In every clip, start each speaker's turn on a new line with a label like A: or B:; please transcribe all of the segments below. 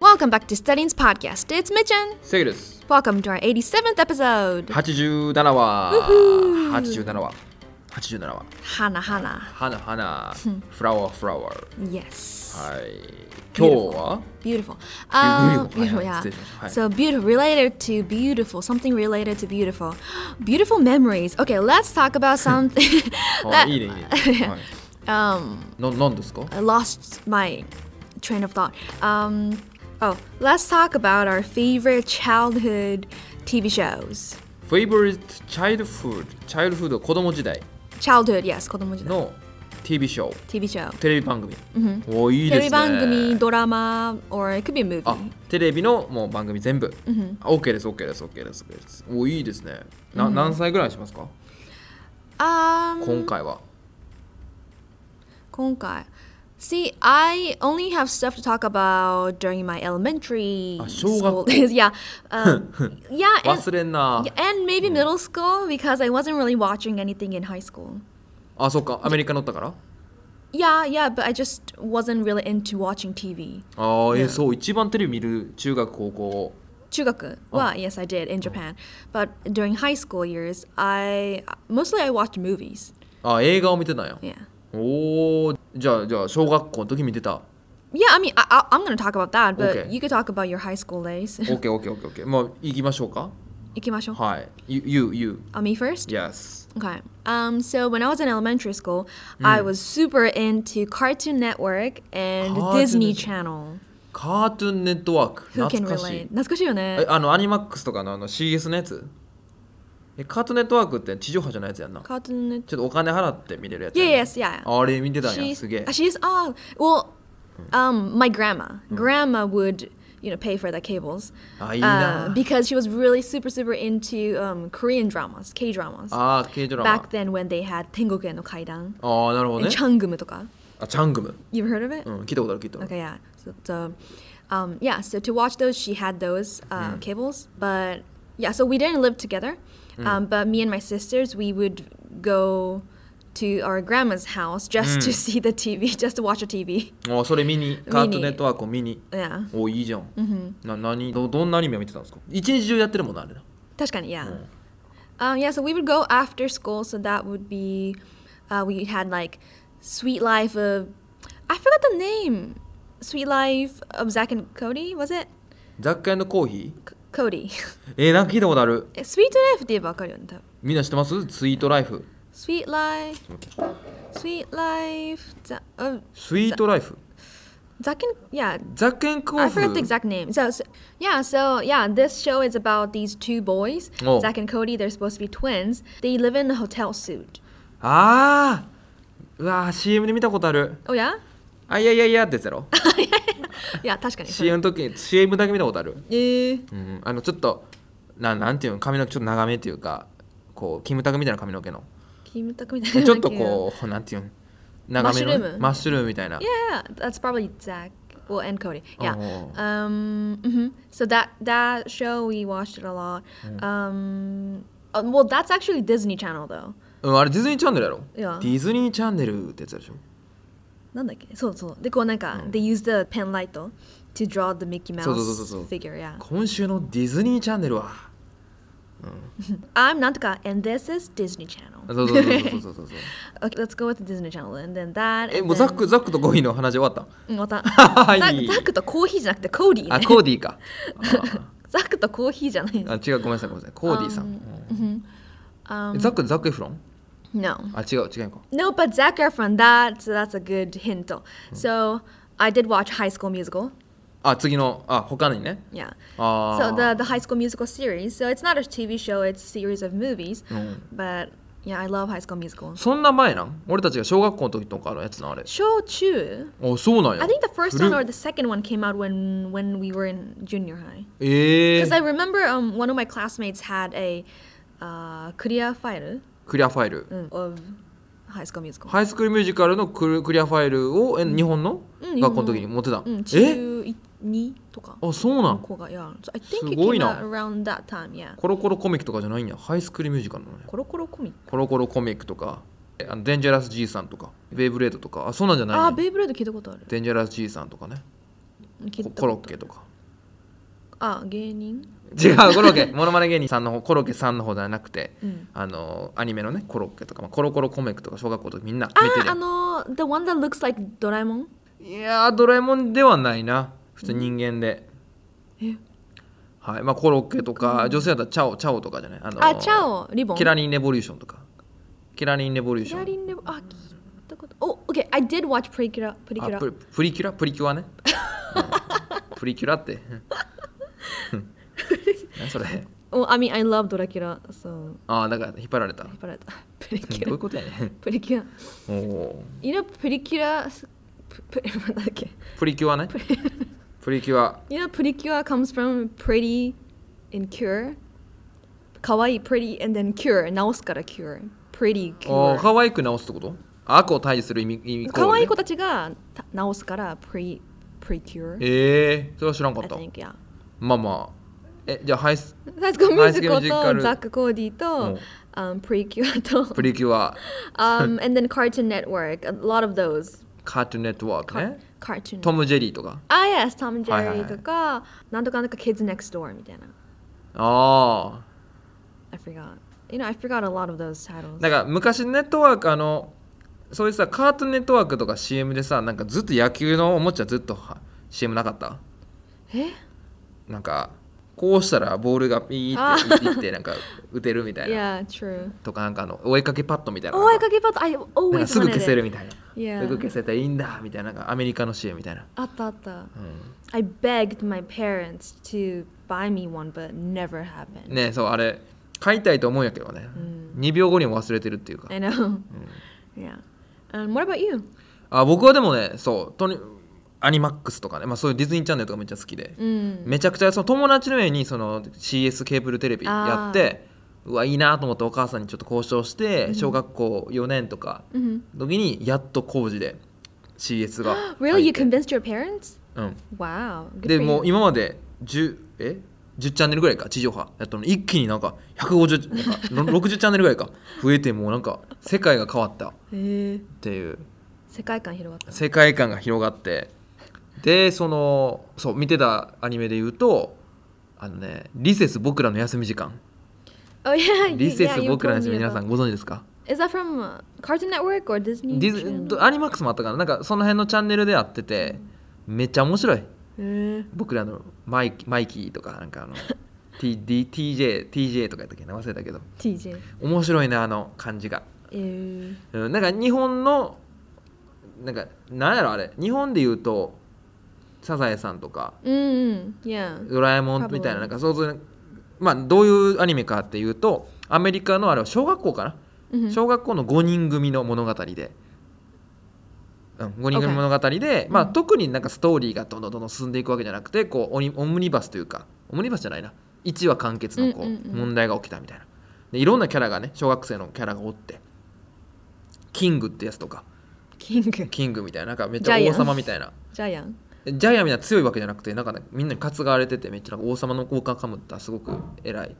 A: Welcome back to Studying's podcast. It's Mitchin.
B: セイです。
A: Welcome to our 87th episode.
B: 87話。87話。87話。
A: Hana Hana.
B: 花花。フラワーフラワー。
A: Yes.
B: はい。今日は
A: Beautiful. Um,
B: Beautiful.
A: beautiful, yeah.
B: Yeah, it's different. Hi.
A: So beautiful, related to beautiful, something related to beautiful. Beautiful memories. Okay, let's talk about something
B: あ
A: that
B: いいねいいね。はい
A: um,
B: ななんですか
A: I lost my train of thought. Um, oh, let's talk about our favorite childhood TV shows.
B: ?Favorite Childhood。Childhood 子供時代
A: Childhood, yes, 子供時代
B: の TV ショー。
A: TV show.
B: テレビ番組。おいい
A: テ
B: です
A: レ
B: ね。
A: ビ番
B: uh,
A: 組、ドラマ、or it could be a movie.
B: あテレビのもう番組全部。あ OK です、OK です、OK です。OK ですおいいですね。な何歳ぐらいにしますか
A: Um,
B: 今回は。
A: 今回。See, I only have stuff to talk about during my elementary
B: あ小
A: school
B: 学校
A: days. Yeah, um, yeah,
B: 忘
A: and,
B: れんな。
A: and maybe middle school because I wasn't really watching anything in high school.
B: あ、そっか。アメリカ乗ったから
A: Yeah, yeah, but I just wasn't really into watching TV.
B: ああ、え
A: Yeah.
B: ー、そう、一番テレビ見る中学、高校。
A: 中学は yes I did in Japan, but during high school years, I mostly I watched movies.
B: あ、映画を見てたんや。
A: Yeah.
B: おお、じゃあ、じゃあ、小学校の時見てた。
A: Yeah, I mean, I, I, I'm gonna talk about that, but
B: Okay. Oh.
A: you could talk about your high school days.
B: オッケー、オッケー、オッケー、オッケー。まあ、行きましょうか。
A: 行きましょう。
B: はい。You, you, you.
A: Uh, me first?
B: Yes.
A: Okay. Um, so when I was in elementary school, I was super into Cartoon Network and
B: Cartoon
A: Disney
B: Network.
A: Channel.
B: カートゥーンネットワーク。
A: Who
B: 懐
A: can
B: かしい
A: relate?。懐かしいよね。
B: え、あの、アニマックスとかのあの CS のやつえ、カートゥーンネットワークって地上波じゃないやつやんな。ちょ
A: Cartoon Network.
B: っとお金払って見れるやつやんな。
A: Yeah, yes, yeah.
B: あれ見てたんや。
A: she's,
B: すげえ
A: uh,。she's oh well, um, my grandma. Grandma would you know pay for the cables. uh,
B: あ、いいな
A: because she was really super super into um, Korean dramas, K dramas.
B: あー、軽ドラマ
A: Back。then when they had Tengoku no Kaidan
B: ああ、なるほど
A: and
B: ね。
A: Changum とか.
B: あ、チャングム。
A: You ever heard of it?
B: うん、聞いたことある、聞いたことある。
A: Okay, yeah. So, so um, yeah, so to watch those, she had those uh, cables. But yeah, so we didn't live together. Um, but me and my sisters, we would go to our grandma's house just to see the TV, just to watch the TV.
B: あそれ見にカートゥーンネットワークを見に
A: Yeah. Mm-hmm.
B: おいいじゃん、な何どどんなアニメを見てたんですか一日中やってるもんなあれな
A: Tashkani, yeah. Um, yeah, so we would go after school, so that would be, uh, we had like Sweet Life of, I forgot the name, Sweet Life of Zach and Cody, was it?
B: 雑貨屋のコーヒ
A: C- Cody.
B: ーえー、なんか聞いたことある
A: Sweet Life って言えばわかるよね、多分。
B: みんな知ってますツイートライフ
A: Sweet life, sweet life. Za- uh,
B: スイートライフ
A: Zack and yeah,
B: 雑貨屋コー
A: I
B: ヒ
A: forgot the
B: ー
A: exact name. So, so yeah, so yeah, this show is about these two boys,
B: Oh.
A: Zack and Cody. They're supposed to be twins. They live in a hotel suit.
B: あーうわー CM で見たことある
A: Oh yeah,
B: あいやいやいやってやつやろ
A: yeah, Eh, 確かに。
B: CM の時 CM だけ見たことある、
A: えー、
B: うん、あのちょっとななんていうの髪の毛ちょっと長めっていうかこうキムタクみたいな髪の 毛の
A: キムタクみ たいな。
B: ちょっとこうなんていうの長めのね
A: マッシュルーム
B: マッシュルームみたいな
A: Yeah, that's probably Zach. Well, and Cody. Yeah.
B: Oh.
A: Um. hmm So that that show we watched it a lot.
B: Mm.
A: Um. uh, well, that's actually Disney Channel though.
B: うん、あれディズニーチャンネルやろ
A: いや
B: ディズニーチャンネルってやつでしょ
A: なんだっけそうそう。で、こうなんか、they use the pen light to draw the Mickey Mouse
B: そうそうそうそう
A: figure, yeah.
B: 今週のディズニーチャンネルは
A: I'm なんとか and this is Disney
B: そ
A: Channel.
B: うそうそうそうそうそうそう
A: Okay, let's go with the Disney Channel and then that.
B: えもうザックザックとコーヒーの話終わった
A: うん。また。ザ
B: はい
A: ザックとコーヒーじゃなくてコーディー
B: あ
A: ね。
B: コーディーか
A: ザックとコーヒーじゃない。Mm-hmm.
B: あ違うごめんなさいご めんなさいコーディーさん、うんえザックザックエフロン
A: Um, No.
B: あ違う違うか
A: No, but Zac Efron, that, so that's a good hint.
B: Mm.
A: So I did watch High School Musical.
B: あ次のあ他にね
A: Yeah.
B: あ
A: So the the High School Musical series. So it's not a TV show, it's a series of movies. But yeah, I love High School Musical.
B: そんな前なん俺たちが小学校の時とかのやつなあれ
A: Shochu.
B: あそうなんや
A: I think the first
B: 古っ
A: one or the second one came out when when we were in junior high.
B: ええ
A: Because I remember um, one of my classmates had a uh, Korea file mm,
B: クリアファイル
A: of High School Musical.
B: ハイスクールミュージカルのクルクリアファイルをえ日本の
A: うん
B: 学校の時に持ってた、
A: うん、
B: え
A: 中2とか。
B: あそうなん
A: 子が、yeah. So I think it
B: すごいな。
A: came out around that time, yeah.
B: コロコロコミックとかじゃないんやハイスクールミュージカルなのね
A: コロコロコミック。
B: コロコロコミックとかえあのデンジャラス爺さんとかベイブレードと
A: Ah,
B: かあそうなんじゃないんや
A: あー、ベイブレード聞いたことある。Mm,
B: デンジャラス爺さんとかね
A: 聞いたこと
B: コロッケとか
A: あ芸人
B: 違うコロッケ モノマネ芸人さんの方コロッケさんの方じゃなくて、
A: うん
B: あのアニメのねコロッケとか、まあ、コロコロコメックとか小学校とかみんな
A: あ
B: 見てる
A: あ
B: やん
A: の Ah, The one that looks like ドラえもん
B: いやードラえもんではないな普通人間で、
A: え
B: はいまあ、コロッケとか女性だったらチャオチャオとかじゃないあの
A: あチャオリボン
B: キラリンレボリューションとかキラリンレボリューシ
A: キ
B: ョン
A: ラリンレボあ聞いたことお OK I did watch プリキュラプリキュ
B: あ
A: ラ
B: ププリキュラプリキュアね、うんプリキュラって うん 何それ
A: お I mean I love ドラキュラ so
B: ああだから引っ張られたど
A: 引っ張られたプリ
B: う
A: キュ
B: いう
A: ラ
B: ことやねん
A: プリキュラ
B: おお
A: You know プリキュラププ なんだっけ
B: プリキュアねプリキュア
A: You know, pedicure comes from pretty and cure. Kawaii, pretty, and then cure. 直すから cure. Pretty
B: お
A: cure.
B: ー可愛く直すってこと悪を退治する意味意味
A: 可愛い子
B: と
A: たちがた直すから pre precure.
B: ええそれは知らんか
A: I
B: った
A: think yeah.
B: まあまあえじゃあハイス
A: サツコミュージコ
B: ハイスキュージカ
A: と
B: ル
A: ザック・コーディ
B: う
A: と
B: ん、
A: um, Precure と、
B: プリキュア
A: um, and then Cartoon Network. A lot of those.
B: カートゥーンネットワーク
A: Car-
B: ね
A: cartoon.
B: トム・ジェリーとか
A: あ、yes, Tom and
B: はいはいはい
A: Jerry とか、なんとかなんとか Kids Next Door みたいな。
B: ああ
A: I forgot. You know, I forgot a lot of those titles.
B: なんか昔ネットワークあのそういうさカートゥーンネットワークとか CM でさなんかずっと野球のおもちゃずっとは CM なかった
A: え
B: なんかこうしたらボールがピーっていいってなんか打てるみたいな
A: Yeah, true.
B: とかなんかあのお絵かけパッドみたいな
A: お絵
B: なん
A: かけパッド、I
B: かなん
A: always
B: かすぐ
A: wanted
B: 消せ
A: it.
B: るみたいな、
A: Yeah.
B: すぐ消せたらいいんだみたいななんかアメリカの CM みたいな、
A: あったあった。
B: う
A: I begged my parents to buy me one, but never happened.
B: ん、ねそうあれ買いたいと思うんやけどね、2秒後にも忘れてるっていうか
A: I know. Yeah. And what about you?
B: あ僕はでもねそうとにアニマックスとかね、まあ、そういうディズニーチャンネルとかめっちゃ好きで、
A: うん。
B: めちゃくちゃその友達の家にその CS ケーブルテレビやってうわいいなと思ってお母さんにちょっと交渉して小学校4年とか
A: うん
B: の時にやっと工事で CS が
A: Really? You
B: 入って
A: convinced your parents?
B: うん、
A: Wow. Good
B: で
A: for
B: も
A: you.
B: う今まで10え10チャンネルぐらいか地上波やったのに一気になんか150なんかろ60チャンネルぐ らいか増えてもうなんか世界が変わったっ
A: へー
B: ていう
A: 世界観広がった。
B: 世界観が広がってでそのそう見てたアニメで言うとあのね「リセス僕らの休み時間」
A: Oh yeah.
B: リセ
A: yeah,
B: ス
A: you
B: 僕ら
A: told
B: の休み
A: me
B: 皆さ
A: about-
B: んご存知ですか
A: Is that from uh, Cartoon Network or Disney?
B: ディズ
A: Channel?
B: アニマックスもあったからなんかその辺のチャンネルでやっててめっちゃ面白い
A: へー
B: 僕らのマイキマイキーとかなんかあの TDTJ TJ とかやったっけな忘れたけど
A: TJ.
B: 面白いねあの感じが、
A: えー
B: うん、なんか日本のなんかなんやろあれ日本で言うと「サザエさん」とか
A: うんうん。Yeah. Mm-hmm,
B: 「ドラえもん」みた
A: Probably.
B: いななんかそうそうまあどういうアニメかっていうとアメリカのあれは小学校かな
A: うんうん
B: 小学校の5人組の物語で、うん、5人組
A: Okay
B: 物語で、まあ、
A: うん
B: 特になんかストーリーがどんどんどんどん進んでいくわけじゃなくてこうオニオムニバスというかオムニバスじゃないな1話完結のこう、
A: うんうんうん
B: 問題が起きたみたいなでいろんなキャラがね小学生のキャラがおってキングってやつとか
A: キング。
B: キングみたいななんかめっちゃ
A: ジャイア
B: 王
A: ン
B: 様みたいな
A: ジャイアン。
B: ジャイアンみたいな強いわけじゃなくてなんか、ね、みんなに担がれててめっちゃなんか王様の効果かむったすごく偉い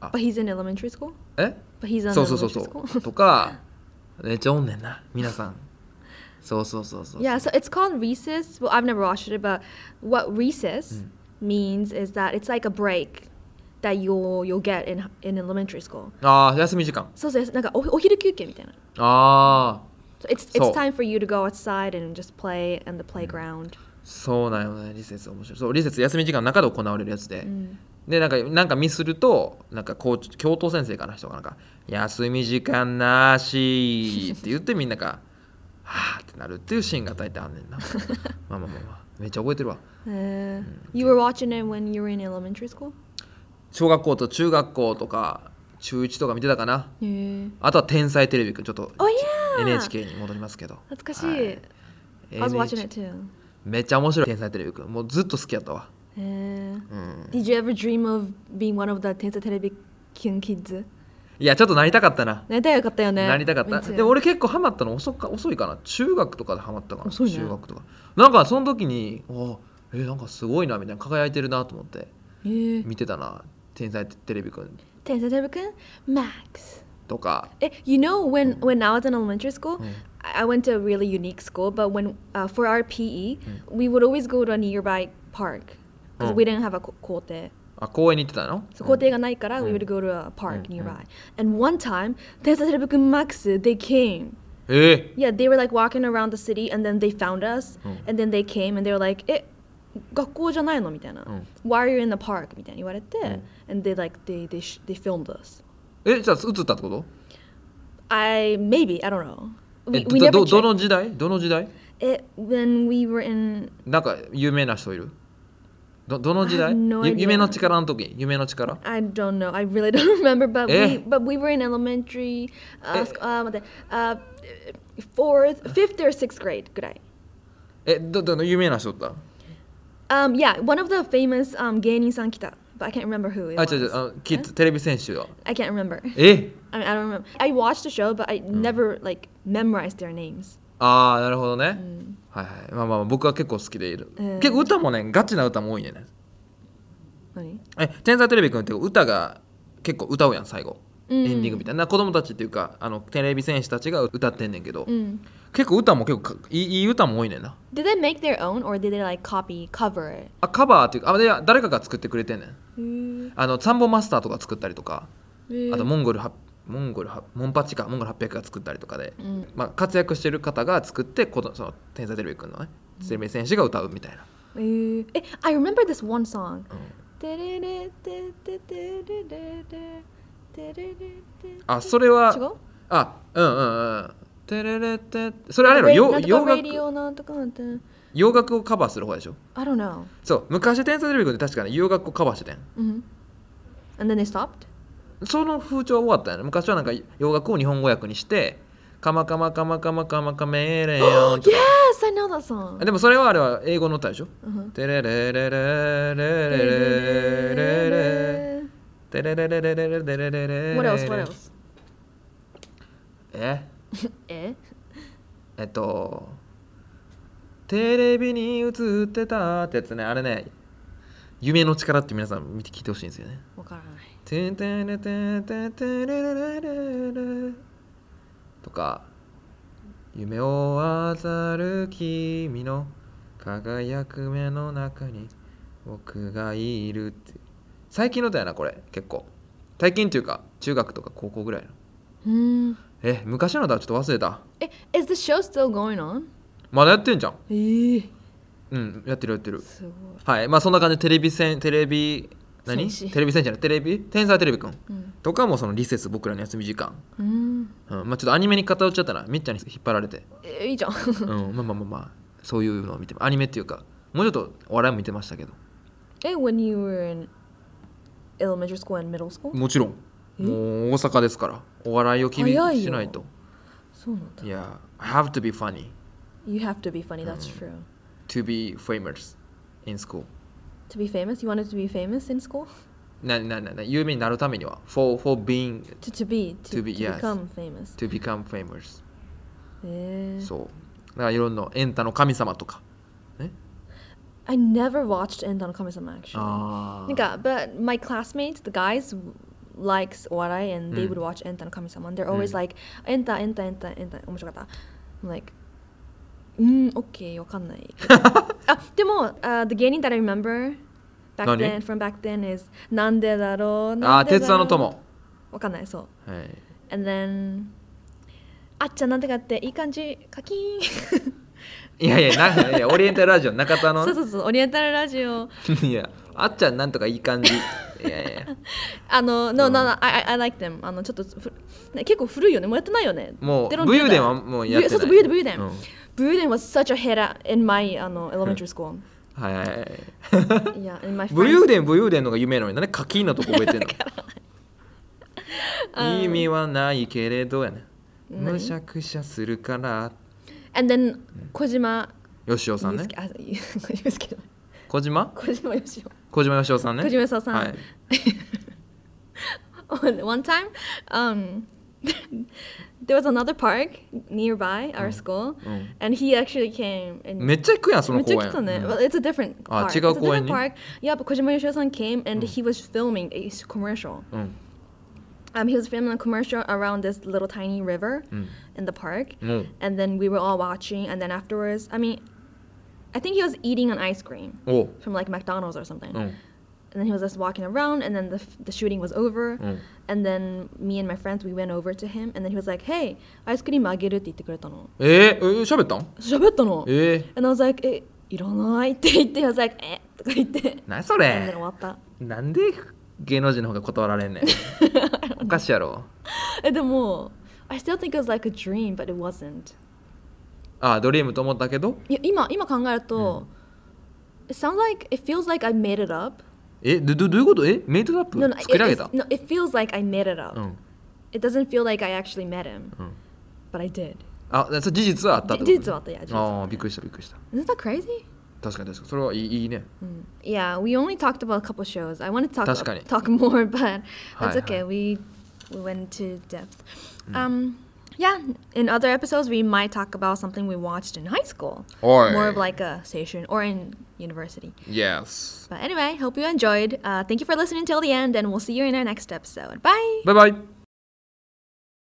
A: But he's in elementary school?
B: え
A: But he's in
B: そうそうそう
A: elementary
B: そ
A: school?
B: うとか めっちゃおんねんな皆さんそうそうそうそう
A: Yeah, so it's called recess. Well, I've never watched it, but what recess means is that it's like a break that you'll you'll get in in elementary school.
B: ああ休み時間
A: So so it's like a o- お昼休憩みたいな。
B: ああ
A: So it's
B: So- Mm.
A: it's time for you to go outside and just play in the playground.
B: そうなんよねリセス面白いそうリセス休み時間の中で行われるやつで、でなんかなんかミスるとなんか校長教頭先生かな人がなんか「休み時間なし」って言ってみんなが 「はあ」ってなるっていうシーンが大体あんね んなまあまあまあまあめっちゃ覚えてるわ
A: Uh,
B: Mm.
A: you were watching it when you were in elementary school?
B: 小学校と中学校とか中1とか見てたかな
A: Yeah.
B: あとは「天才テレビくん」ちょっと
A: Oh yeah.
B: NHK に戻りますけど
A: 懐かしい。I was watching it too.
B: めっちゃ面白い天才テレビくんもうずっと好きやったわ Mm.
A: Uh, Did you ever dream of being one of the Tensei Television kids?
B: いやちょっとなりたかったな
A: なりたかったよね。
B: なりたかっ
A: Me
B: た
A: too.
B: でも俺結構ハマったの遅か遅いかな中学とかでハマったかな
A: 遅いね
B: 中学とかなんかその時におえなんかすごいなみたいな輝いてるなと思って
A: えー
B: 見てたな「天才テレビくん
A: 天才テレビくん Max.」
B: とか
A: Eh, You know, when when I was in elementary school, I I went to a E, really unique school. But when uh, for our PE, we would always go to a nearby park because
B: うん
A: we didn't have a ko- kote.
B: あ公園に行ってたの
A: So
B: うん
A: kote ga nai kara, we would go to a park nearby. And one time, Tensaterebuku Max, they came.
B: え
A: Yeah, they were like walking around the city and then they found us. And then they came and they were like, eh, 学校じゃないのみたいな。
B: うん。
A: Why are you in the park? みたいに言われて。And they like, they, they, sh- they filmed us.
B: えじゃあ映ったってこと
A: I, maybe, I don't know. We,
B: えど
A: we never
B: どど
A: checked
B: の時代どの時代
A: it when we were in
B: なんか有名な人いるどどの時代
A: I have no
B: ゆ
A: idea.
B: 夢の力の時夢の力
A: I don't know. I really don't remember. But we
B: Eh.
A: but we were in elementary, uh,
B: Eh.
A: sc- uh, what the- uh, fourth, fifth or sixth grade. Good
B: えどどの有名な人だっ
A: Um, yeah, one of the famous um Gani Sankita, but I can't remember who. It
B: たあ
A: was.
B: 違う違うあのキッズテレビ選手は
A: I can't remember.
B: え
A: I mean, I don't remember. I watched the show, but I never like memorized their names. Mm.
B: ああなるほどね、はいはいまあまあ僕は結構好きでいる、
A: うん
B: 結構歌もねガチな歌も多いねんね
A: Funny.
B: え天才テレビくんって歌が結構歌うやん最後、
A: うん
B: エンディングみたいな子供たちっていうかあのテレビ戦士たちが歌ってんねんけど、
A: Mm.
B: 結構歌も結構かいいいい歌も多いねんな
A: Did they make their own or did they like copy cover it?
B: あカバーっていうかあで誰かが作ってくれてんねん
A: Mm.
B: あのサンボマスターとか作ったりとかあとモンゴルはモンゴルはモンパチかモンゴル800が作ったりとかで、
A: ん
B: まあ、活躍してる方が作ってこのその天才テレビくんのね生命選手が歌うみたいな
A: Ooh. Eh, I remember this one song. Ah,
B: あそれは
A: 違う
B: あうんうんうんてれれてそれあれの洋洋楽
A: I
B: 洋楽をカバーする方でしょ
A: don't know.
B: そう昔天才テレビくんって確かに洋楽をカバーしてたん
A: hmm And then they stopped?
B: その風潮は終わったよね昔はなんか洋楽を日本語訳にして「カマカマカマカマカマカメレオン」とか
A: Yes, I know that song.
B: でもそれはあれは英語の歌でしょ
A: Uh-huh.
B: テレレレレレレレレレテレレレレレレレレレレ
A: What else? What else?
B: え
A: Eh?
B: えっとテレビに映ってたってやつねあれね夢の力って皆さん見て聞いてほしいんですよねてんてんれてんてんてんれれれれれとか夢を渡る君の輝く目の中に僕がいるって最近のだよなこれ結構最近というか中学とか高校ぐらいの
A: Hmm.
B: え昔のだちょっと忘れた
A: Eh, Is the show still going on?
B: まだやってんじゃん
A: Eh.
B: うんやってるやってる
A: すごい。
B: はいまあそんな感じでテレビ戦テレビ何
A: 戦士
B: テレビ戦じゃないテレビ天才テレビくん
A: うん
B: とかもそのリセス僕らの休み時間
A: Mm.
B: うんまあ、ちょっとアニメに偏っちゃったなみっちゃんに引っ張られて、
A: Eh, いいじゃん。
B: うん、まあまあまあまあそういうのを見てアニメっていうかもうちょっとお笑いも見てましたけど
A: Eh, when you were in elementary school and middle school?
B: もちろんもう大阪ですからお笑いを気に
A: 早いよ
B: しないと
A: そうなんだ。
B: いや、I have to be funny
A: You have to be funny, that's
B: Mm.
A: true.
B: to be famous in school
A: To be famous, you wanted to be famous in school?
B: なななな有名になるためには for, for being
A: To, to be, to,
B: To be,
A: to
B: yes.
A: become famous.
B: to become famous
A: えー、
B: そうだからいろんなエンタの神様とか
A: I never watched End on Kami-sama actually.
B: あ
A: なんか、but my classmates, the guys, likes お笑い and
B: Mm.
A: they would watch End on Kami-sama and they're always like, End on, End on, End on, End on 面白かった。I'm like, うん、OK、わかん ない。あ、でも、uh, the 芸人 that I remember back
B: 何
A: then, from back then is なんでだろう
B: あ
A: な
B: あ
A: んで
B: 鉄
A: だ
B: 腕
A: ろう
B: の友
A: わかんない、そう。
B: はい
A: And then あっちゃんなんてかっていい感じカキーン
B: いやいやないやいやオリエンタルラジオの中田 の
A: そうそうそうオリエンタルラジオ
B: いや、あっちゃんなんとかいい感じ。いやいや、
A: あの No
B: うん
A: no no I, I- I like them あのちょっとふね結構古いよねもうやってないよね
B: もう
A: They don't do that
B: 武勇伝はもうやってない
A: そうそう武勇伝武勇伝、
B: うん
A: 武勇伝 was such a hit at- in my あの elementary school
B: はいはいはい。
A: yeah in my
B: 武勇
A: friends
B: 伝、武勇伝のが夢なのに、なんで課金のとこ 覚えてん の意味はないけれどやね。
A: 何
B: むしゃくしゃするから。
A: and then 小島
B: よしおさん
A: 祐
B: ね。
A: 介あい小島祐介じゃない
B: 小島
A: 小島よしお
B: 小島よしおさんね。
A: 小島よしおさん
B: はい。
A: one time, um, there was another park nearby our school,
B: mm.
A: and he actually came and.
B: めっちゃ行くやん、その公園。
A: めっちゃ来たね。Well, it's a different
B: あ、
A: park.
B: 違う
A: It's a
B: 公園に？
A: different park. Yeah, but Kojima Yoshio-san came and he was filming a s- commercial.
B: うんうん。
A: Um, he was filming a commercial around this little tiny river in the park,
B: Mm.
A: and then we were all watching. And then afterwards, I mean, I think he was eating an ice cream
B: おう
A: from like McDonald's or something.
B: うん
A: And then he was just walking around, and then the, f- the shooting was over.
B: Mm.
A: And then me and my friends, we went over to him, and then he was like, hey, アイスクリームあげるって言ってくれたの。
B: えー、え喋ったん
A: 喋ったの。
B: えー、
A: And I was like, "Eh, え、いらないって言って、I was like, えとか言って。
B: 何そ
A: And then
B: れ
A: 終わった。
B: なんで芸能人の方が断られんねん おかしいやろ
A: え、でも、I still think it was like a dream, but it wasn't.
B: あドリームと思ったけど
A: いや今今考えると、It sounds like, it feels like I made it up.
B: えどどどういうことえメイトアップ
A: No, no,
B: 作り上げ
A: it,
B: た Mm.
A: it, no, it feels like I made it up.
B: うん
A: It doesn't feel like I actually met him,
B: うん
A: but I did.
B: あそれ事実はあったってこと
A: 事実はあったいや事実はあった
B: あーびっくりしたびっくりした
A: Isn't that crazy? Hmm.
B: 確かに確かにそれはいいいいね
A: Yeah, we only talked about a couple shows. I wanted to talk
B: 確かに。
A: talk more, but that's
B: はいはい。
A: okay. We we went to depth. Um, yeah, in other episodes we might talk about something we watched in high school,
B: Oi.
A: more of like a station or in university.
B: Yes
A: But anyway, hope you enjoyed. Uh, thank you for listening till the end, and we'll see you in our next episode. Bye.
B: バイバイ